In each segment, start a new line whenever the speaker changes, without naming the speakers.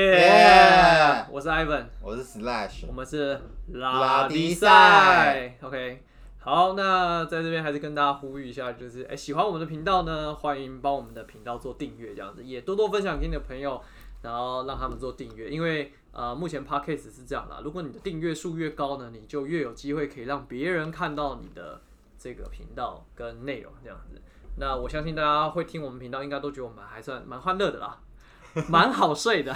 耶
Yeah！
我是 Ivan，
我是 Slash，
我们是
拉
迪
迪
赛
赛。
OK，好，那在这边还是跟大家呼吁一下，就是哎、喜欢我们的频道呢，欢迎帮我们的频道做订阅，这样子也多多分享给你的朋友，然后让他们做订阅，因为呃，目前 Podcast 是这样啦，如果你的订阅数越高呢，你就越有机会可以让别人看到你的这个频道跟内容这样子。那我相信大家会听我们频道，应该都觉得我们还算蛮欢乐的啦，蛮好睡的。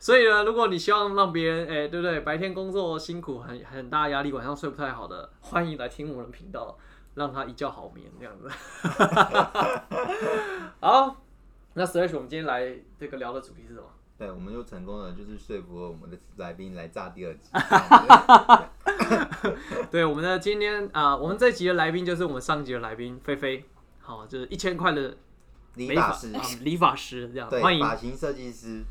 所以呢，如果你希望让别人，哎、对不对？白天工作辛苦，很很大压力，晚上睡不太好的， 欢迎来听我们频道，让他一觉好眠这样子。 好，那 Slash，我们今天来这个聊的主题是什么？
对，我们就成功了，就是说服了我们的来宾来炸第二集。
啊对，我们的今天啊、我们这集的来宾就是我们上集的来宾菲菲，好，就是一千块的
理发师
美，啊理发师这样，
对，
欢迎。
发型设计师，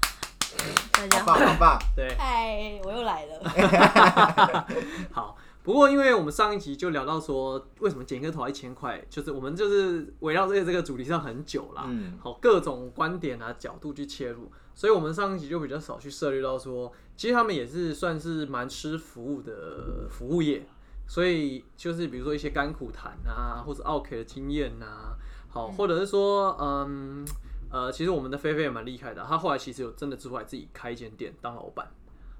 大家
好哎
好，
棒好棒！
对，
嗨，我又来了。
好，不过因为我们上一集就聊到说，为什么剪一个头要一千块，就是我们就是围绕在这个主题上很久啦，
嗯
好各种观点啊角度去切入，所以我们上一集就比较少去涉猎到说，其实他们也是算是蛮吃服务的服务业，所以就是比如说一些甘苦谈啊，或者 OK 的经验啊，好，或者是说嗯。呃，其实我们的菲菲也蛮厉害的，她后来其实有真的出来自己开一间店当老板，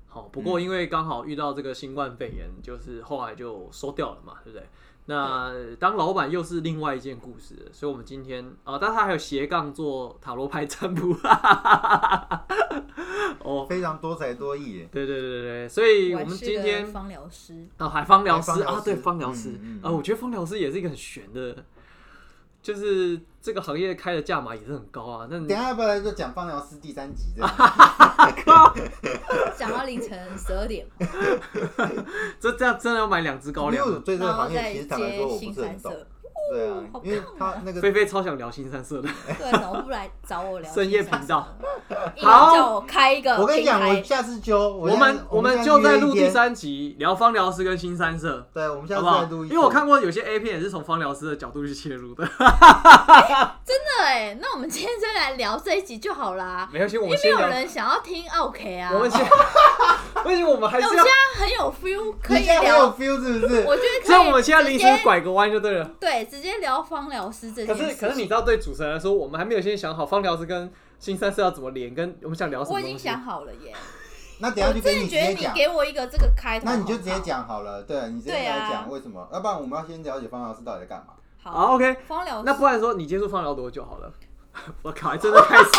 好，不过因为刚好遇到这个新冠肺炎，就是后来就收掉了嘛，对不对？那当老板又是另外一件故事了，所以我们今天啊、但他还有斜杠做塔罗牌占卜， 哦，
非常多才多艺耶，
对对对对，所以我们今
是
天
个芳疗师，
哦，还芳疗师
还芳疗
啊，
师
对，芳疗师啊、
嗯嗯
我觉得芳疗师也是一个很悬的，就是这个行业开的价码也是很高啊。那你
等一下要不要来就讲放疗师第三集这样？
啊
讲到凌晨十二点，
这这样真的要买两只高
因为
粱
我
了？
对 这个
然后
行业
再
其实坦白说
接
我
新
不是
三
很懂
色，，
对啊
好，棒啊
因为他那个
菲菲超想聊新三色的，
对，怎么不来找我聊
深夜频道？
硬要叫我开一个平台，
我跟你讲，我下次揪
我
下
们
次
我们
下次
就在
约一
录第
天，
三集聊芳疗师跟新三色，
对，我们
好
下次
不
再
好？
录一
因
天，
为我看过有些 A 片也是从芳疗师的角度去切入的，
真的哎，那我们今天就来聊这一集就好啦，
没关系，我
因
们
为没
先
有
聊，
人想要听 OK 啊。
我们先，
啊
不行，我们还
哎
是
我
要
现，在很有 feel，可以
你现在很有
聊，
feel 是不是？
我觉得
所以
可以。
我们现在临时
直接
拐个弯就对了。
对，直接聊芳疗师这
可
件
是
事
可是你
情
知道，对主持人来说，我们还没有先想好芳疗师跟新三色要怎么连，跟我们想聊什么
我
东西。
已经想好了耶，
那等一
我
下就跟
真的
你直
觉得
接
你
讲，
给我一个这个开头，
那你就直接。讲好了，对你直接
对啊
来讲为什么？要不然我们要先了解方老师到底在干嘛。
好，
好，OK，
芳疗
那不然说你接触芳疗多久好了？ 我靠，还哎真的开始。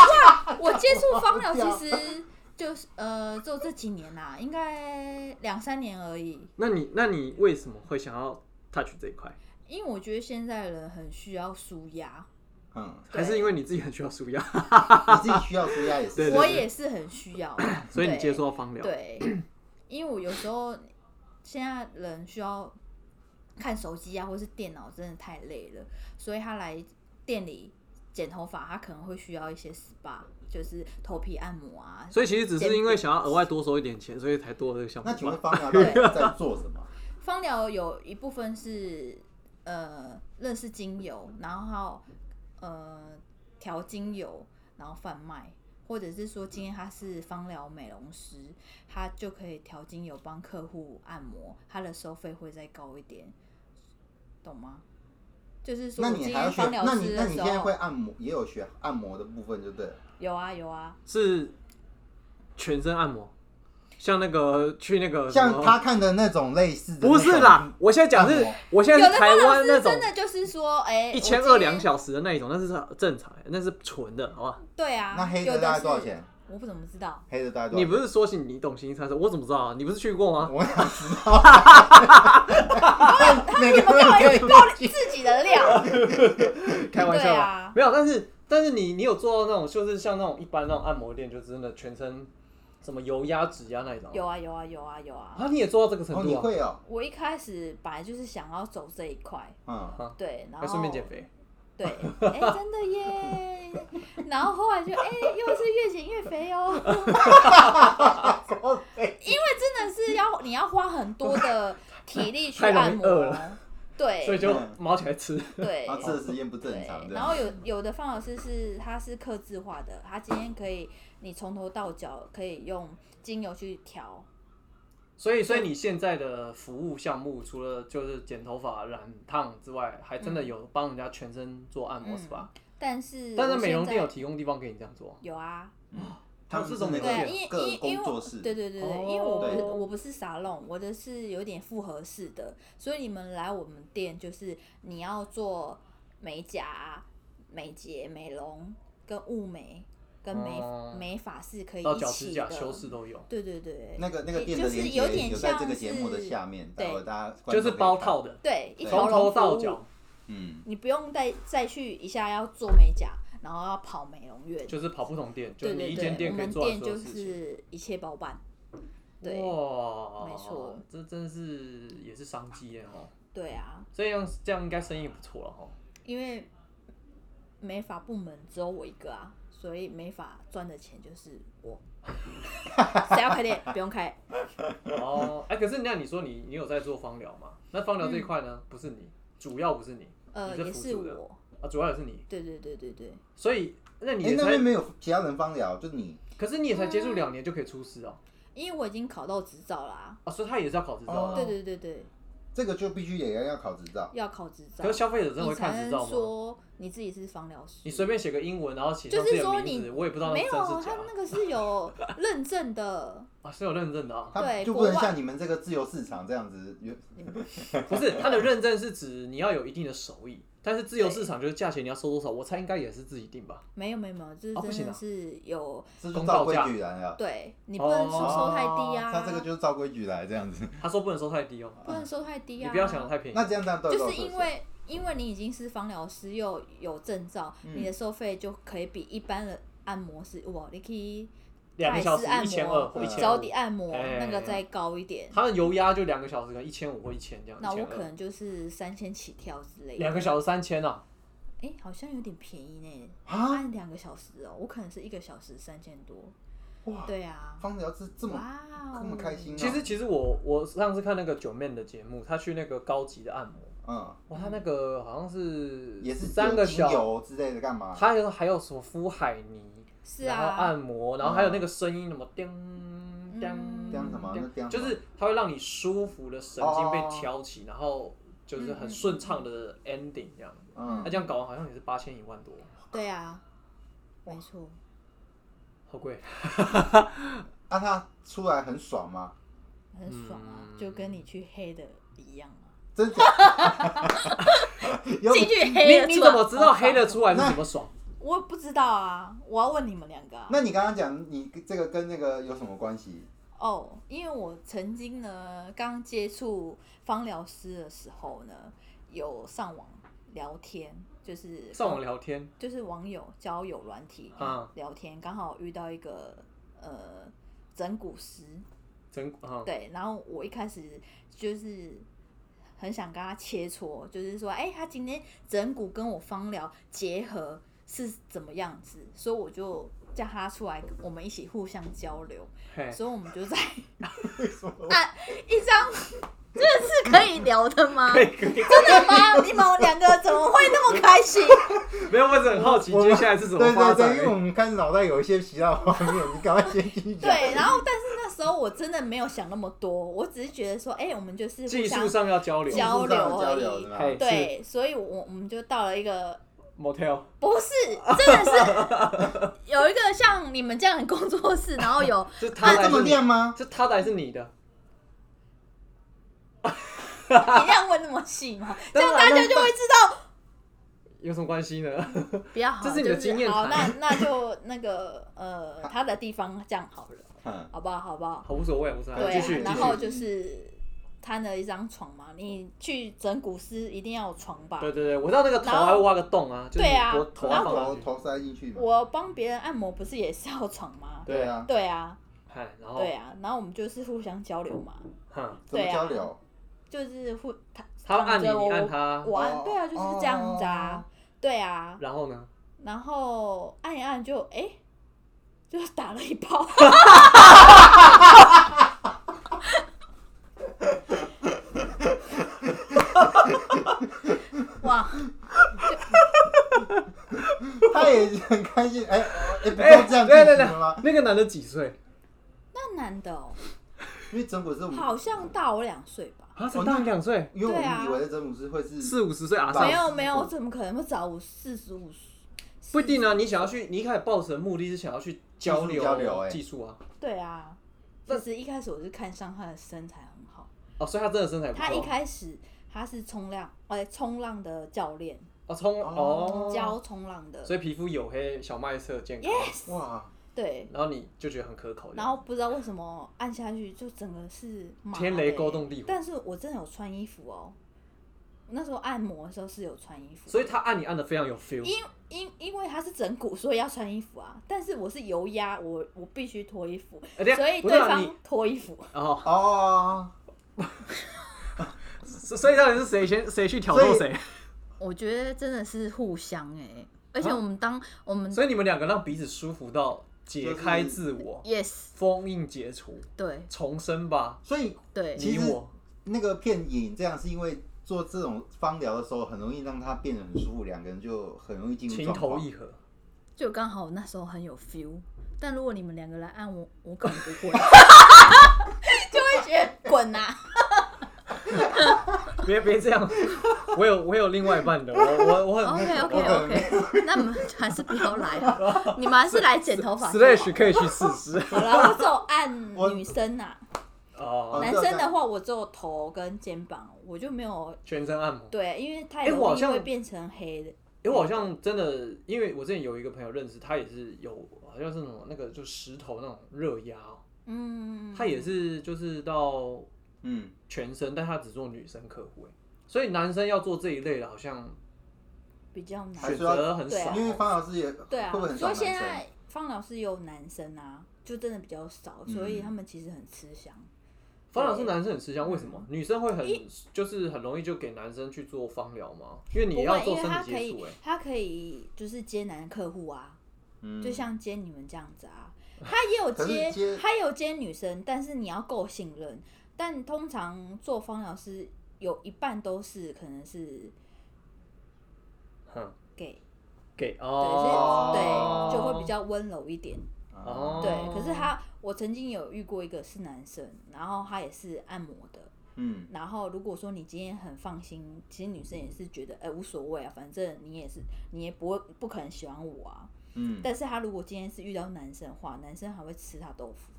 我接触芳疗其实就是呃，就这几年啦、应该两三年而已。
那你那你为什么会想要 touch 这一块？
因为我觉得现在人很需要舒压，
嗯，
对
还是因为你自己很需要舒压，
你自己需要舒压也
对
是
对。，
我也是很需要啊
所以你接触到芳疗？
对，对因为我有时候现在人需要看手机啊，或是电脑，真的太累了，所以他来店里剪头发，他可能会需要一些 SPA，就是头皮按摩啊。
所以其实只是因为想要额外多收一点钱，所以才多了这个项目
那请问
吧。
方疗到底在做什 么？
芳疗有一部分是呃认识精油，然后呃调精油，然后贩卖，或者是说今天他是芳疗美容师，他就可以调精油帮客户按摩，他的收费会再高一点，懂吗？就是说
那
我今
你还要
天
学？
芳疗
那你
师
那
的
你
时
现在
候
会，按摩，也有学按摩的部分就对了。
有啊 有啊，
是全身按摩，像那个去那个什
像
么
他看的那种类似的，
不是啦，，我现在讲是
按摩，
我现
有
在
的
是台湾那
是
种
真的就是说，哎、
一千二两
小，
小时的那一种，那是正常的，那是纯的，好吧？
对啊，
那黑
有
的
的
大概
是
多少？钱？
我不怎么知道，
黑的大概多少
你
钱？
不是说起你懂新三色，我怎么知道啊？你不是去过吗？
我想知 道。每个人可以
自己的料，
开玩笑
对
啦
啊，
没有，但是但是你你有做到那种，就是像那种一般那种按摩店，就真的全身什么油压、指压那一种。
有啊有啊有啊有啊。
啊，你也做到这个程
哦，
度
你
啊？
会哦，
我一开始本来就是想要走这一块，
嗯，
对，然
还
后
顺便减，肥？
对，哎、真的耶。然后后来就哎、又是越减越肥哦，因为真的是要你要花很多的体力去
太容易
按摩
饿了，
对
所以就毛起来吃。
对，
他吃的时间不正常，
对，
这
然
样
后有有的方老师是他是刻字化的，他今天可以你从头到脚可以用精油去调，
所以，所以你现在的服务项目，除了就是剪头发、染烫之外，还真的有帮人家全身做按摩 SPA、
但是
但是
嗯我
美
现
容店
在
有提供地方给你这样做。
有啊，
他们
这
是
种
那
没关
对啊，
系
个
有
因
个
因
人
因为
工作室，
对对对对，
哦
因为我不是
对
我不是沙龙，我的是有点复合式的，所以你们来我们店就是你要做美甲、啊美睫、美容跟雾眉跟美、
哦
美发是可以
到
一
脚
起
趾甲
的，
修饰都有，
对对对，
那个那个
也
店
就
的
是
链
有
接
点
有在
像
这
是
个节目的下面，待会
对
大家观
就
众
是
可以
包
看
套，的，
对一
对
条
从
龙
头到
服务
脚
嗯，
你不用再再去一下要做美甲，然后要跑美容院。
就是跑不同店，就是
对
你
对
一间
对，
店
我
可以
们
做完
店
所有
就
事情。
是一切包办。对
哇，
没错，
这真是也是商机耶哦。
对啊，
这样这样应该生意也不错了哦。
因为美发部门只有我一个啊，所以美发赚的钱就是 我。谁要开店？不用开。
哦，哎，可是那你说你你有在做芳疗吗？那芳疗
嗯
这一块呢，不是你，主要不是你，
呃，
你
也
辅
是
助的
我。
啊，主要也是你。
对对对对对，
所以，那你
哎
也，
那
才
边，没有其他人帮聊，就你
可是你也才接
嗯
触两年就可以出师哦。
因为我已经考到执照啦、
啊，所以他也是要考执照
哦
的
对。对对对，
这个就必须也要要考执照，
要考执照
可是，消费者真的
你
会看
才
执
能
照吗？
说你自己是芳疗师。
你随便写个英文，然后写
就
上
是
自己的
说
名
你
字，我也不知道那
没
是
有，啊
真是假
他那个 是有认证的，
啊，是有认证的啊。
他
对
就不能
国外
像你们这个自由市场这样子，有
不是，它的认证是指你要有一定的手艺，但是自由市场就是价钱你要收多少，我猜应该也是自己定吧。
没有没有没有，就是
哦不行
真
啊
的是有，
这就
公
照
道
规
价
矩来了。哦
对你不
哦
能说收太低啊，
他这个就是照规矩来这样子。
他说不能收太低哦，
不能收太低啊，
你不要想的太便宜
那。这样这样都
就是因为因为你已经是芳疗师又有证照，
嗯
你的收费就可以比一般的按摩师，哇，你可以
两个小时
泰式按
一
摩啊
千二或一
嗯
千
脚
五
底，按摩
哎
那个再高一点，
他的油压就两个小时可能一千五或一千这样。
那我可
1200
能就是三千起跳之类的，
两个小时三千啊，
哎，好像有点便宜呢，
啊，
按两个小时哦，我可能是一个小时三千多，
哇，
对啊，
芳疗是这么
哇哦，
这么开心啊
其实其实我我上次看那个九妹的节目，她去那个高级的按摩，
嗯，
哇，她那个好像是
也是
三个
精
小，
油之啊类的干嘛？
她有还有什么敷海泥，
是
然后
啊，
按摩，然后还有那个声音什么叮叮
嗯
叮什么那叮什么哦
就是它会让你舒服的神经被挑起，然后就是
嗯
很顺畅的 ending 这样。那、
嗯，
这样搞完好像也是八千一万多，
对啊，没错。
好贵。
啊，它出来很爽吗？
很爽啊，
嗯
就跟你去黑的一样啊。
真假？ 有
进去黑的
你你怎么知
哦
道黑的出来是怎么爽？
我不知道啊，我要问你们两个啊。
那你刚刚讲你这个跟那个有什么关系？
哦，因为我曾经呢，刚接触芳疗师的时候呢，有上网聊天，就是
上网聊天
就是网友交友软体
啊，
聊天，刚好遇到一个呃整蛊师，
整啊，
对，然后我一开始就是很想跟他切磋，就是说，哎、他今天整骨跟我芳疗结合是怎么样子，所以我就叫他出来，我们一起互相交流，
嘿，
所以我们 就在啊
为什么？
一张。这是可以聊的吗？
可以可以，
真的吗？你们两个怎么会那么 开心？
没有，我只是很好奇
我
接下来是怎么
对
发
对
展
对，因。为我们看脑袋有一些其他画面，你赶快先继续讲。
对，然后但是那时候我真的没有想那么多，我只是觉得说，哎、我们就是互
技
相
术上要交流
技术上的
交流
交
而已
流，对吧
嘿
对，所以我我们就到了一个
motel
不是，真的 是有一个像你们这样的工作室，然后有
是他
那
的
啊
还
这么
是你
亮吗？
是他的还是你的？
你这样问那么细吗？这样
当然
大家就会知道。
有什么关系呢？
不要好，
这是你的经验
就是好，那
谈
那就那个呃，他的地方这样好了，
嗯，
好不好？好不好？
好，无所谓，无所谓，
对
继
啊
续，，
然
继续
后就是摊了一张床嘛，你去整骨师一定要有床吧？
对对对，我知道那个头还会挖个洞啊，就是
对啊
我头
把
发
头
放进去，
头塞进去嘛。
我帮别人按摩不是也是要床吗？
对啊，
对啊，
嗨，哎然后
对啊，然后我们就是互相交流嘛，
哼，
怎么
对啊
交流？
就是互他
他按你，
躺着
你
我
按他，
我
哦
按对啊，就是这样子啊，对啊，
然后呢？
然后按一按就哎、诶就打了 一炮，
近哎哎，不
哎
要这
对对
样进行
对
了吗？，
那个男的几岁？
那男的哦，
因为整蛊是我们，
好像大我两岁吧？
哦
啊，才大你两岁，
因为我
对啊
们以为的整蛊是会是
四五十岁啊，上
大我
没有
四
没有，
岁
我怎么可能会找我四十五岁？
不一定啊。你想要去，你一开始抱着的目的是想要去交
技术交流
流
哎
技术啊。
对啊，
那
其实一开始我是看上他的身材很好，
哦，所以他真的身材不
他一
错。
开始他是冲浪，哎，冲浪的教练，
哦，冲哦，
教冲浪的
所以皮肤黝黑，小麦色健康，
，yes，
哇，
对。
然后你就觉得很可口。
然后不知道为什么按下去就整个是麻
天雷
的
勾
欸
动地火
但是我真的有穿衣服哦，我那时候按摩的时候是有穿衣服的，
所以他按你按的非常有 feel。
因因因为他是整骨，所以要穿衣服啊。但是我是油压，我我必须脱衣服，
哎等一下
所以
不
对
是啊你
方脱衣服。
哦，
哦，
所所以到底是谁先谁去挑逗谁？
我觉得真的是互相哎、而且我们当、我们
啊所以你们两个让彼此舒服到解开自我，
yes
封印解除，
对
重生吧，
所以
对
其
你
实
我。
那个片影这样是因为做这种芳疗的时候，很容易让它变得很舒服，两个人就很容易进入
情
状
投
况。
意合，
就刚好那时候很有 feel。但如果你们两个来按我，我可能不会，就会觉得滚啊呐、
别别这样，我有我有另外一半的，我我我很
OK
我
OK
可能
OK，那你们还是不要来了，你们还是来剪头发就好。
slash 可以去试试
好了，我只有按女生呐、
哦，
男生的话我只有头跟肩膀，我就没有
全身按摩。
对，因为太
哎我好
容易
像
会变成黑的。
因为我好像真的，因为我之前有一个朋友认识，他也是有好像是什么那个就石头那种热压哦，
嗯，
他也是就是到
嗯，
全身，但他只做女生客户，哎所以男生要做这一类的，好像
比较难
还
选
是。要
择很少。
因为芳老师也会
对啊
不会，很少
所
男
以现
生？
在方老师有男生啊，就真的比较少，所以他们其实很吃香。
方疗是男生很吃香，为什么？女生会很就是很容易就给男生去做芳疗吗？因为
不
你
会，
要做
因为
身
他
体
可
接
以
触，哎，，
他可以就是接男客户啊，
嗯
就像接你们这样子啊。他也 有
可是
接，
接
他也有接女生，但是你要够信任。但通常做方疗师有一半都是可能是
哼，
gay，
给
对，所以
哦，
对就会比较温柔一点。
哦
对，可是他，我曾经有遇过一个是男生，然后他也是按摩的。
嗯，
然后如果说你今天很放心，其实女生也是觉得，哎、无所谓啊，反正你也是，你也不会不可能喜欢我啊。
嗯，
但是他如果今天是遇到男生的话，男生还会吃他豆腐。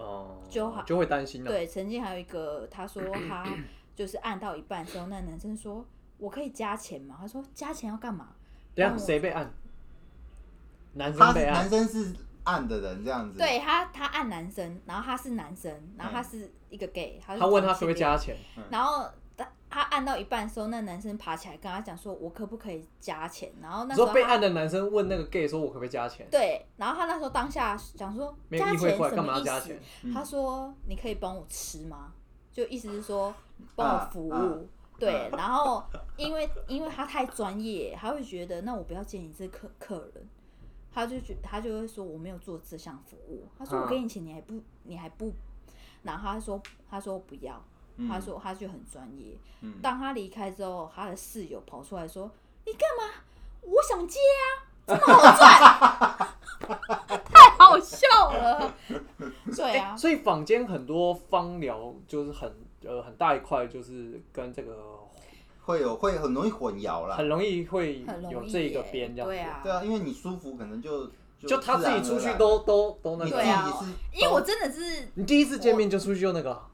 哦，
就好
就会担心了。啊
对，曾经还有一个，他说他 就是按到一半的时候，那男生说：“我可以加钱吗？”他说：“加钱要干嘛
等一下
嗯
谁被按？男
他
生
是
被
男
按，
生是暗的人这样？”子，，
对他，他按男生，然后他是男生，然后他是一个 gay，他是
他问他可
同
不
性
可以
恋
加钱？
然后他他按到一半的时候，那男生爬起来跟他讲说：“我可不可以加钱？”然后
你
那时候
说被
他
按的男生问那个 gay 说：“我可不可以加钱
对，然后他那时候当下想说：“
没有
加
意会
钱
过来
什
干
么
嘛要
意
加
思
钱？”
嗯
他说：“你可以帮我吃吗？”就意思是说帮我
啊
服务。
啊
对，然后因为因为他太专业，他会觉得那我不要见你这客客人，他就觉他就会说我没有做这项服务。他说
啊
我给你钱你还不你还不，然后他说他说不要，
嗯
他说他就很专业。
嗯
当他离开之后，他的室友跑出来说：“你干嘛？我想接啊，这么好赚， 太好笑了。”对？”啊，
哎所以坊间很多芳疗就是很呃很大一块，就是跟这个呃
会有会很容易混淆啦。
很容易会
很容易
有这个
耶
边这样子。
对啊
对啊，因为你舒服，可能就
就他
自
自
然
己出
而
去
然
都都都那
你
个。
自
对啊
己是，哦
因
哦
为我真的是，
你第一次见面就出去就那个啊，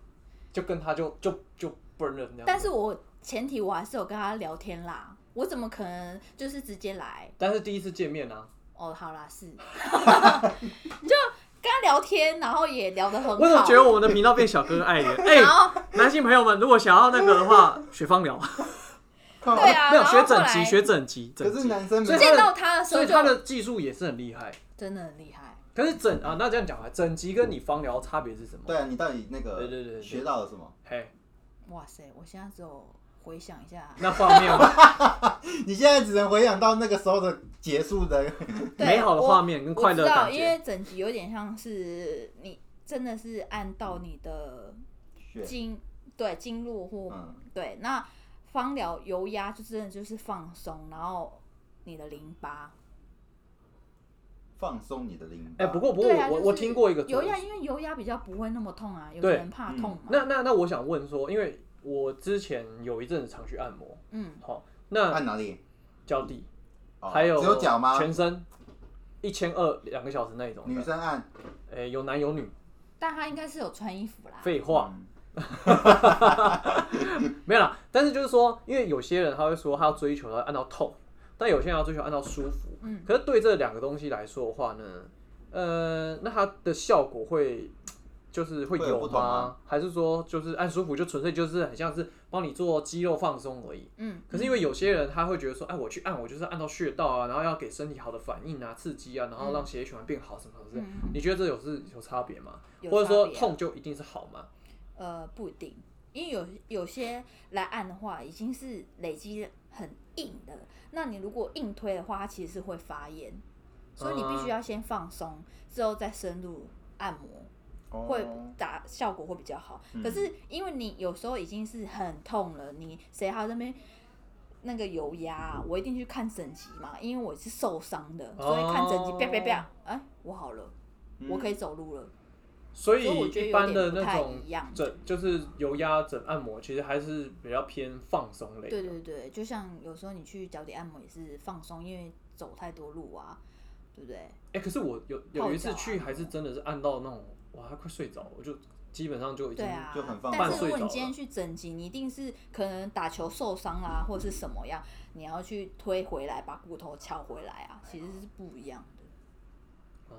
就跟他就就就 burn 了那样。
但是我前提我还是有跟他聊天啦，我怎么可能就是直接来？
但是第一次见面啊，
哦，好啦，是， 就跟他聊天，然后也聊得很好。
我怎么觉得我们的频道变小哥哥爱 人？哎
然，后
男性朋友们，如果想要那个的话，学芳疗，
靠
对啊
没有
然后
学
后
整
来
级，学整级，整
可
级
是。男生
所以他
没
见
的
到他的时
所
候
以
就
他的技术也是很厉害。
真的很厉害。
可是整啊，那这样讲啊，整集跟你芳疗差别是什么？
对啊，你到底那个
对对对对
学到了什么？
嘿，
哇塞，我现在只有回想一下，
那画面
你现在只能回想到那个时候的结束的，
对
美好的
我
画面跟
我
快乐
知
的
道，
感
因
觉，
为整集有点像是你真的是按到你的
学
经对经络或、
嗯
对那芳疗油压就真的就是放松，然后你的淋巴
放松你的淋巴。
哎、不过不过
对
我、
啊，
我
就
我
是
听过一个
油
做
压，
法
因为油压比较不会那么痛啊，有
对
的人怕
嗯
痛嘛。
那那那我想问说，因为我之前有一阵子常去按摩，
嗯，
好、那
按哪里？
脚底、
啊哦
还有
只有脚吗？
全身一千二两个小时那一种
女
的，
生按。
哎、有男有女，
但他应该是有穿衣服啦。
废话，
嗯
没有啦，但是就是说，因为有些人他会说他要追求要按到痛，但有些人要追求按到舒服。
嗯，
可是对这两个东西来说的话呢，呃，那它的效果会就是会
会有
有
不
吗？
同吗
还是说就是按舒服就纯粹就是很像是帮你做肌肉放松而已？
嗯，
可是因为有些人他会觉得说，哎，我去按，我就是按到穴道啊，然后要给身体好的反应啊、刺激啊，然后让血液循环变好什么什么之类的。
嗯嗯
你觉得这有是有差别吗？
有
或者说
差别啊
痛就一定是好吗？
呃，不一定，因为有有些来按的话，已经是累积很硬的了。那你如果硬推的话，它其实是会发炎，所以你
嗯
必须要先放松，之后再深入按摩，
哦
会打效果会比较好。
嗯
可是因为你有时候已经是很痛了，你谁还在那边？那个油压啊、我一定去看整脊嘛，因为我是受伤的，所以看整脊，
哦嗯
啪啪啪，哎，我好了，我可以走路了。
所以
所以我觉得
一
有
般的
点不
那
太
种
一样
整就是油压整按摩，其实还是比较偏放松类的。
对对对，就像有时候你去脚底按摩也是放松，因为走太多路啊，对不对？
哎、可是我有
泡
有一次
脚啊
去，还是真的是按到那种，哇，他快睡着了，我就基本上就已经
对啊，
就很放
但
松
是如
半睡着
果你
了
今天去整脊，你一定是可能打球受伤
嗯
啦、或者是什么样，你要去推回来，把骨头撬回来啊，其实是不一样的。
哦，
嗯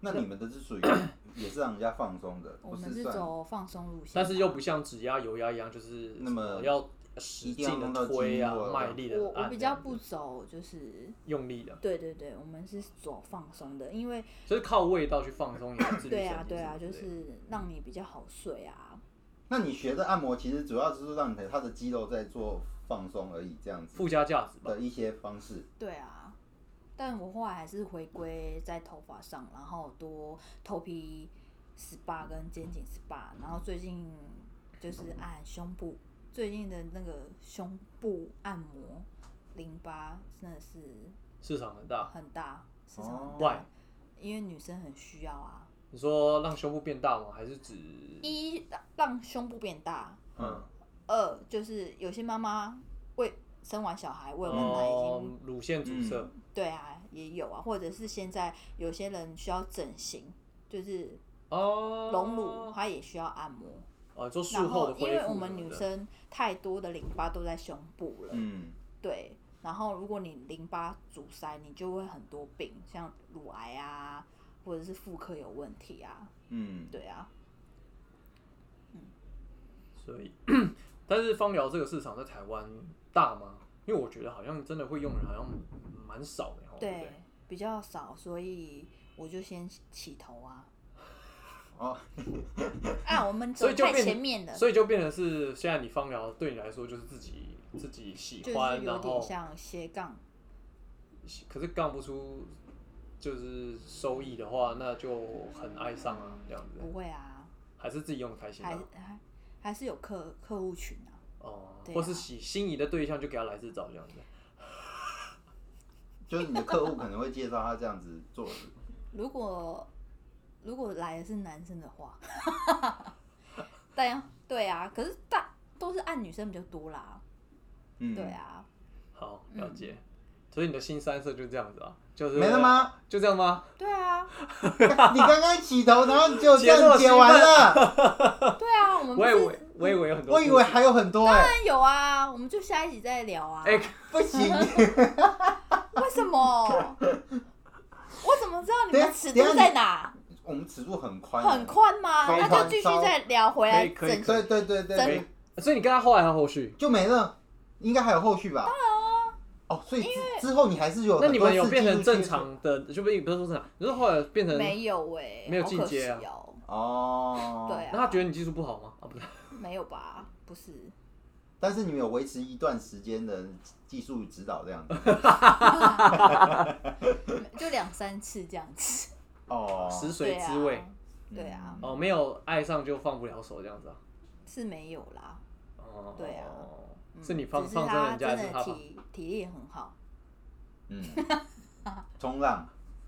那你们的是属于 也是让人家放松的，
我
不
们是
算
走放松路线，
但是又不像指压、油压一样，就是
那么
什要使
一定要
劲
弄
的
到
推啊
肌肉，啊
卖力的
我
按，
我比较不走，就是
用力啊的，
对对对，我们是走放松的，因为
就是靠味道去放松你的自律
对啊
神经
对
什
啊，
么
就
之类的
是让你比较好睡啊，
那你学的按摩其实主要就是让你的他的肌肉在做放松而已，这样子
附加价值吧。
的一些方式。
对啊，但我后来还是回归在头发上，然后多头皮 SPA 跟肩颈 SPA，然后最近就是按胸部，最近的那个胸部按摩淋巴真的是
市场很大。
很大，市场很
哦
大，因为女生很需要啊，
你说让胸部变大吗？还是指
一让胸部变大，
嗯，
二就是有些妈妈为生完小孩喂完奶已经
哦乳腺阻塞？
对啊，也有啊，或者是现在有些人需要整形，就是
哦，
嗯隆乳，它也需要按摩。
哦，做术
然
后
后
的恢复
因为我
什
们
么
女
的
生太多的淋巴都在胸部了，
嗯，
对。然后如果你淋巴阻塞，你就会很多病，像乳癌啊，或者是妇科有问题啊，
嗯，
对啊，
所以， 但是芳疗这个市场在台湾大吗？因为我觉得好像真的会用的人好像蛮少的哦，不
对，比较少，所以我就先起头啊。
哦，
啊，我们
嗯
走
所以就
太
变
前面了，
所以就变成是现在你芳疗对你来说就是自己自己
就
喜欢，
是有
然
点
后
像斜杠。
可是杠不出就是收益的话，那就很哀伤啊，这样子
不会啊，
还是自己用得开心
还
啊，
还还是有客客户群啊。
哦、
对啊
或是喜心仪的对象就给他来自找这样子，
就是你的客户可能会介绍他这样子做的，
如果如果来的是男生的话， 对啊，对啊，可是大都是按女生比较多啦，
嗯，
对，啊，
好了解。所以你的新三色就这样子啊，就是
没了吗？
就这样吗？
对啊，
你刚刚起头，然后你就这
结这么兴
样解
奋
完了，
对 啊，我们不
我以为
是
我以为有很多故
我
事，
以为还有很多哎、
当然有啊，我们就下一集再聊啊。
哎
不行，
为什么？ 我怎么知道你
等一
们
下
尺
等一下
度在哪？
我们尺度很宽、
很，宽吗？
超
那
宽
就继续再聊回来
可以可以
整
可以
对对对对
可以
对，
所以你跟他后来还有后续？
就没了，应该还有后续吧？当然啊，哦，所以之之后你还是有很多
那你们有
次
变成
进入
正
去
常的，就不不是说正常，你是后来变成，
没有哎，
没有
好可
进阶啊
惜哦，
哦？
对
那他
啊，
觉得你技术不好吗？啊，不是，
没有吧？不是，
但是你们有维持一段时间的技术指导这样 子
就两三次这样子。
哦，
食髓知味、
对啊，对啊，
哦，没有爱上就放不了手这样子啊。
是没有啦。
哦，
对啊
是你放
只是
放生
他
人家还
真
是
的
他放？
体体力很好，
嗯，冲浪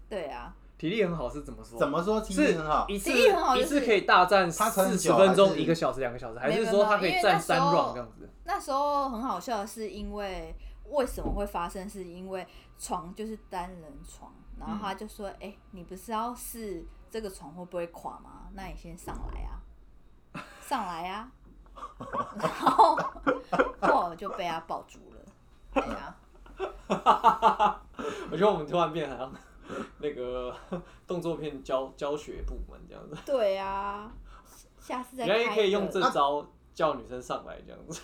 对啊，
体力很好是怎么说？
怎么说体
是
力很好？
一次
体力很好
一
就是
次可以大战
他可能
四十
久
分钟、
还是
一个小时、两个小时，还
没
是
有
说他可
没有
以
因为
站
那时
三
候
round 这样子？
那时候很好笑，的是因为为什么会发生？是因为床就是单人床，然后他就说：“哎、你不是要试这个床会不会垮吗？那你先上来啊， 上来啊。”然后后来我就被他抱住了。对啊，
我觉得我们突然变好像那个 动作片教教学部门这样子，
对啊，下次再
原来也
开啊
可以
一
用
个
这招叫女生上来这样子。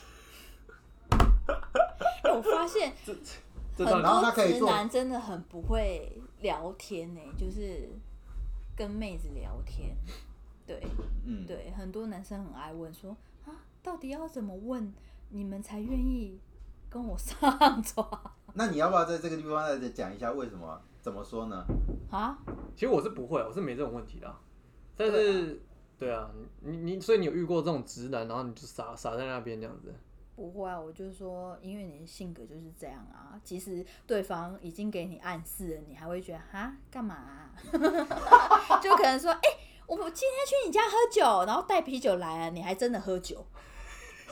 哎我发现
这
很
招
然后他
多
可以
直
做
男真的很不会聊天呢、就是跟妹子聊天。对
嗯，
对，很多男生很爱问说啊，到底要怎么问你们才愿意跟我上床
那你要不要在这个地方再讲一下为什么？怎么说呢？
啊？
其实我是不会，我是没这种问题的啊。但是，对啊，你你所以你有遇过这种直男，然后你就傻傻在那边这样子，
不会啊，我就说，因为你的性格就是这样啊。其实对方已经给你暗示了，你还会觉得哈干嘛啊、 就可能说，哎、我我今天去你家喝酒，然后带啤酒来啊，你还真的喝酒，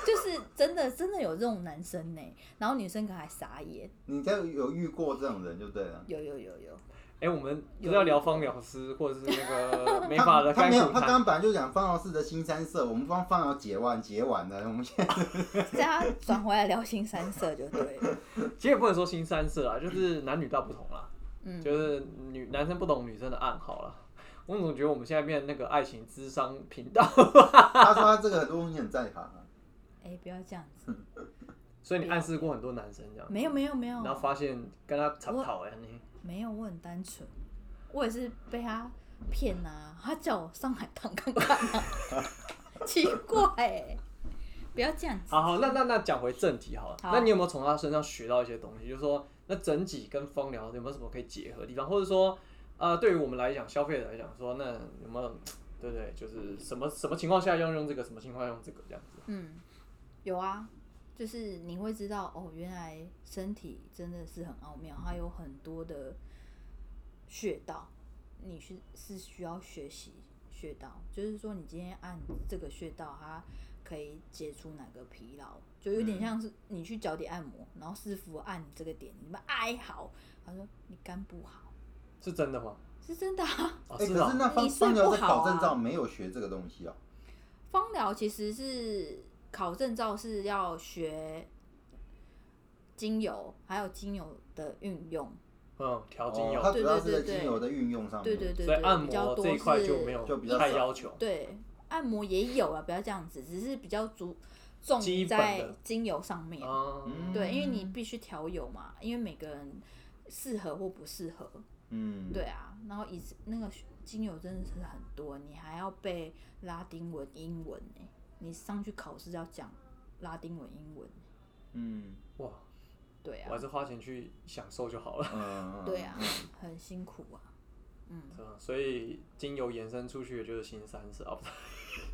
就是真的真的有这种男生呢、然后女生可能还傻眼，
你家有遇过这种人就对了。
有有有有，
哎、我们不是要聊方疗师或者是那个 美发
他
的
他
开
没
始
有，他刚
谈，
刚本来就讲方老师的新三色，我们帮方老解完解完了，我 们现在
这样转回来聊新三色就对了。
其实也不能说新三色啦，就是男女大不同啦，
嗯，
就是女男生不懂女生的暗号啦。我总觉得我们现在变成那个爱情智商频道，
他说他这个很多东西很在行啊。
哎、不要这样子，
嗯所以你暗示过很多男生这样，
没有没有没有，
然后发现跟他吵吵哎，你
没有，我很单纯，我也是被他骗啊，他叫我上海看看看啊， 奇怪、欸，不要这样子。
好好，那那那讲回正题好了。
好
那你有没有从他身上学到一些东西？就是说，那整体跟风疗有没有什么可以结合的地方，或者说，呃，对于我们来讲，消费者来讲，说那有没有，对不对？就是什么什么情况下要用这个，什么情况要用这个这样子。
嗯，有啊，就是你会知道哦，原来身体真的是很奥妙，它有很多的穴道，你是是需要学习穴道，就是说你今天按这个穴道，它可以解除哪个疲劳，就有点像是你去脚底按摩，然后师傅按你这个点，你们哀嚎，他说你肝不好，
是真的吗？
是真的啊。
哦，
哎、
是
可
啊
是。那方
你睡
方
不
疗师
好啊
考证照没有学这个东西哦、
芳疗其实是考证照是要学精油，还有精油的运用。
嗯，调精油，
哦它主要是在
对对对对
精油的运用上面。
对对对
所以按
对，比较
摩
多
这一块就没
有。
就
有
比较
太
少
要求。
对，按摩也有啊，不要这样子，只是比较注重
基本
在
的
精油上面。
啊，
嗯
对，因为你必须调油嘛，因为每个人适合或不适合。
嗯，
对啊，然后以那个精油真的是很多，你还要背拉丁文、英文呢、你上去考试要讲拉丁文、英文。
嗯，
哇，
对
我还
啊，
是花钱去享受就好了。
嗯，
对啊，很辛苦啊。嗯，
是吧所以精油延伸出去的就是新三色啊，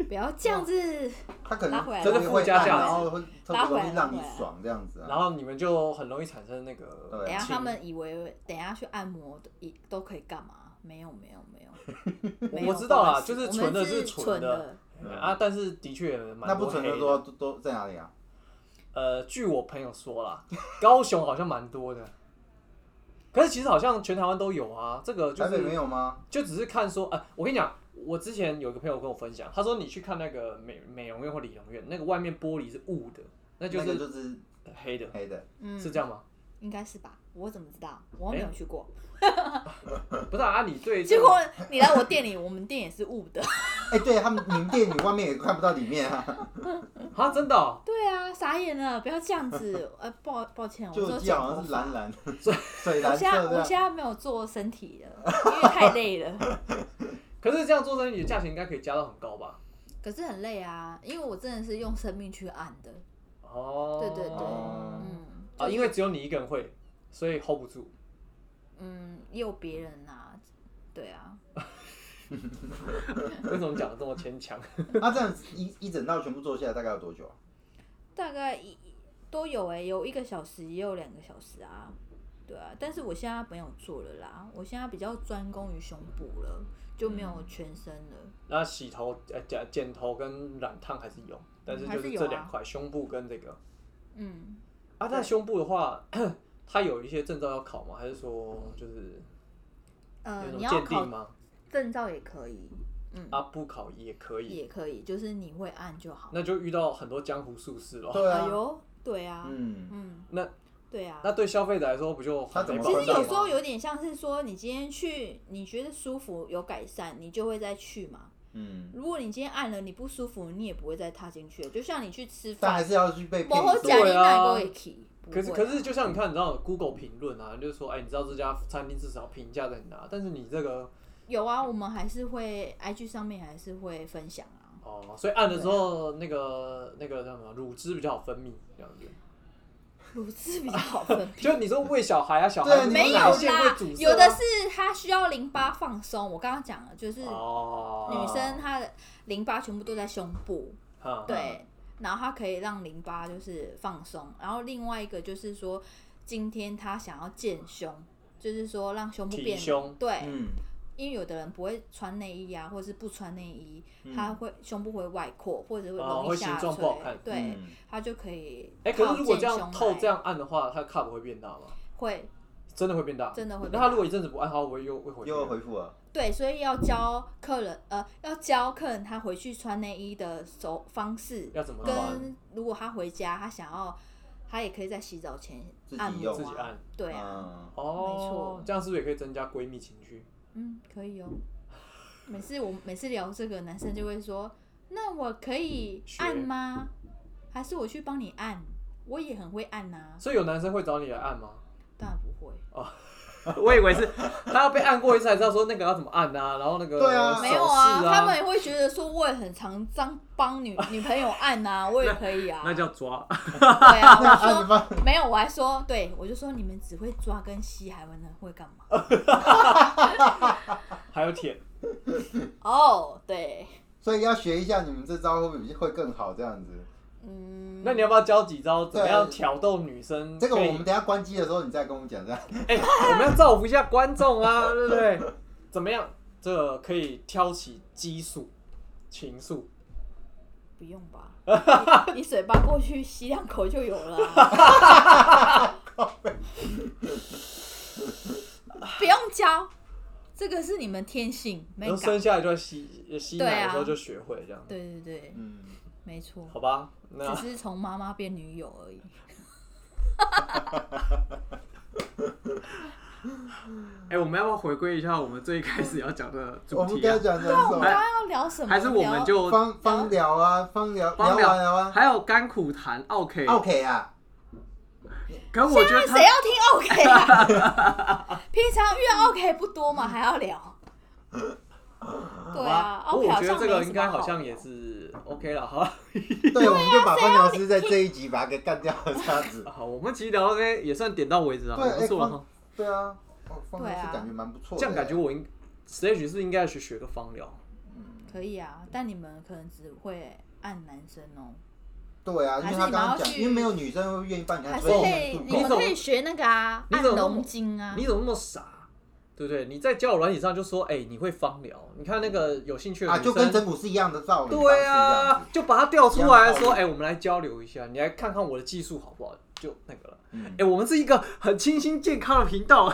不要这样子。
他可
拉
能
回来
特
这
别
是
会
附加
按，
价值
然后会特别
拉回来
容易让你
拉回来
爽这样子
然
啊。
后你们就很容易产生那个
对啊
等
情。
一下他们以为等一下去按摩都一都可以干嘛？没有没有没 有，没有
我知道啦
不好意思
就是
我
纯
们
的是
是
纯
纯
的
的，
嗯啊，但是的确蛮
那不
多
存的
黑
多都都在哪里啊？
呃，据我朋友说啦，高雄好像蛮多的，可是其实好像全台湾都有啊。这个就
台北没
是
有吗？
就只是看说，呃，我跟你讲，我之前有一个朋友跟我分享，他说你去看那个美美容院或理容院，那个外面玻璃是雾的，那就
那个
是
就是
黑的，
黑的，
嗯，
是这样吗？
应该是吧？我怎么知道？我没有去过。
嗯
不是啊，啊你对这
结
种
果你来我店里，我们店也是雾的。
哎、对他们，你们店里外面也看不到里面啊，
啊，真的哦、
对啊，傻眼了，不要这样子。呃，抱抱歉，我
就
说
我记得
啊
好
讲
像是蓝蓝
所以
水
我
蓝
现在
色
我
的
现，在没有做身体了，因为太累 了。
可是这样做生意的价钱应该可以加到很高吧？
可是很累啊，因为我真的是用生命去按的。
哦，
对对对
哦
嗯，
啊，因为只有你一个人会，所以 hold 不住。
嗯，也有别人啊，对啊，
为什么讲的这么牵强？
那、这样子一一整套全部做下来大概要多久啊？
欸大概一都有哎、有一个小时，也有两个小时啊。对啊，但是我现在没有做了啦，我现在比较专攻于胸部了，就没有全身了。
那洗头、呃剪剪头跟染烫还是有，但是
还
就是是
有
这
啊
两块，胸部跟这个
嗯，
啊。但胸部的话， 它有一些证照要考吗？还是说就是
呃，
有那
你要
种鉴
考
定吗？
证照也可以，嗯，
啊，不考也可以，
也可以，就是你会按就好。
那就遇到很多江湖术士咯。
对
哎
啊，
呦，对啊，
嗯，
嗯，
那
对啊。
那对消费者来说，不就
他怎么
还
其
没保
实
障
有
吗
时候有点像是说，你今天去，你觉得舒服有改善，你就会再去嘛。
嗯，
如果你今天按了你不舒服，你也不会再踏进去了。就像你去吃
但还
饭，
是要去被
某后
配
假
对
你奶
啊
都会去。不
可是
会啊
可是，就像你看，你知道 Google 评论啊，就是说，哎、你知道这家餐厅至少评价在哪，但是你这个
有啊，我们还是会 IG 上面还是会分享啊。
哦，所以按的时候，那个那个叫什么乳汁比较好分泌，这样子。
乳汁比较好分 泌，
就你说喂小孩啊，小
对
孩
你
没
没有
奶
线会
啦
阻，塞啊
有的是它需要淋巴放松。我刚刚讲了，就是女
哦，
生她的淋巴全部都在胸部，
嗯
对，然后它可以让淋巴就是放松。然后另外一个就是说，今天她想要健胸，就是说让胸部
提
变
胸
对，
嗯，
因为有的人不会穿内衣啊，或者是不穿内衣，
嗯
他会胸部会外扩，或者会
嗯哦
容
会
易下
形
垂，
状不好看
对
嗯，
他就可以
哎、可
靠
是如果这
健
样
胸
透
来
这样按的话，它 cup 会变大吗？
会
真的会变大，
真的会变
那
大
他如果一阵子不按，他会不会又会回去
又回复了，
对，所以要教客人呃，要教客人他回去穿内衣的手方式，
要怎么按？
跟如果他回家他想要，他也可以在洗澡前
自己
按摩、啊，
用
自己按，
对啊，没
哦
错，
这样是不是也可以增加闺蜜情趣？
嗯，可以哦。每次我每次聊这个，男生就会说：“那我可以按吗？还是我去帮你按？我也很会按啊呐、
所以有男生会找你来按 吗？
当然不会，
我以为是 他要被按过一次才知道说那个要怎么按啊，然后那个
对啊
手势
没有啊，他 们
啊，
也会觉得说我也很常这样帮女 女朋友按呐、我也可以啊。
抓。
对啊，
那按
我
着
说
吧，
没有，我还说对，我就说你们只会抓跟吸，还能会干嘛？
还有舔，
哦，对，
所以要学一下你们这招会不会会更好这样子？
嗯，
那你要不要教几招怎么样
对
挑逗女生？
这个
可以
我们等一下关机的时候你再跟我们讲这样。
哎、我们要造福一下观众啊，对不对？怎么样？这个可以挑起激素、情愫，
不用吧？ 你你嘴巴过去吸两口就有了啊、 不用教，这个是你们天性，没
然后
搞
生。下来就要吸吸
对
奶
啊
的时候就学会这样，
对对对，
嗯，
没错，
好吧？那
只是从妈妈变女友而已。
哎、我们要不要回归一下我们最开始要讲的啊
我们刚才讲的是
我
什
们
么
刚？刚要聊什么？聊
方方疗啊，方疗
方
聊
疗
完了吗
还有甘苦谈？OK，
？OK 啊，
可我
现在谁要听 OK 啊？ 平常遇到 OK 不多嘛，还要聊？对啊
不
，OK
过我觉
好
得
像
这
没
个
什
应
么
该
好
好像
聊
也是 OK 了，好吧？
对，我们就把方疗师在这一集把他给干掉了，这样 子。
好，我们其实聊到这边也算点到为止了，
对
还不错
哎
了哈。
对啊，哦方疗
对
师
啊
感觉蛮不错的。
这样感觉我应 Stage 是不是应该去学个芳疗，
可以啊，但你们可能只会按男生哦、
对啊，因为他刚刚
还是你们要
讲，
去
因为没有女生会愿意帮你
还
按，
是
所以
可
你
以，
们不
你们
够
怎么
可以学那个啊，
你
按
怎么那么
龙筋啊
你。怎么那么傻？对不对？你在交友软体上就说，哎、你会芳疗，你看那个有兴趣的
啊，
女
就
生，
跟整蛊是一样的道理。
对
方
啊
式，
就把它调出来
一样的道
说，
理
哎、我们来交流一下，你来看看我的技术好不好？就那个了。
这样
哎、
子，
我们是一个很清新健康的频道，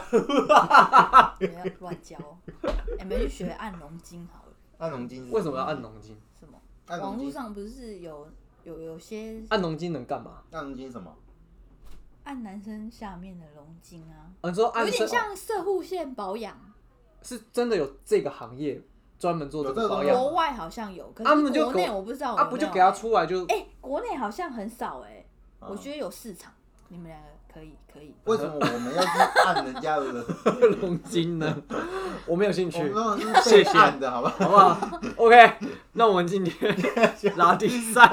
不要乱教， 你们去学按龙筋好了。
嗯，按龙筋是
为什么要按？龙筋？
什么？
按
网
龙
络
筋，
上不是有有有些
按龙筋能干嘛？
按龙筋是什么？
按男生下面的龙筋啊，
啊、你说
有
按
点
身
像射护线保养，
是真的有这个行业专门做这
有
个
这个
保
东西
养
国外好像有，可
啊那
是
就
国内
国
我不知道有没
啊？
有欸。
不就给他出嗯来就？
哎，国内好像很少哎，
啊
我觉得有市场。你们两个可以可以，
为什么我们要去按人 家的？
龙筋呢？我没有兴趣。
我们那种
谢
是被
谢
按的，好吧？
好不好？OK，那我们今天拉低赛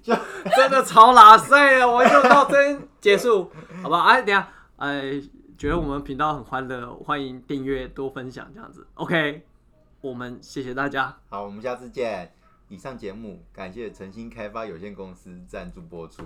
就
真的超拉赛了，我们就到这边结束，好不好？哎、等一下，哎，觉得我们频道很欢乐，欢迎订阅、多分享这样子。OK，我们谢谢大家，
好，我们下次见。以上节目感谢诚心开发有限公司赞助播出。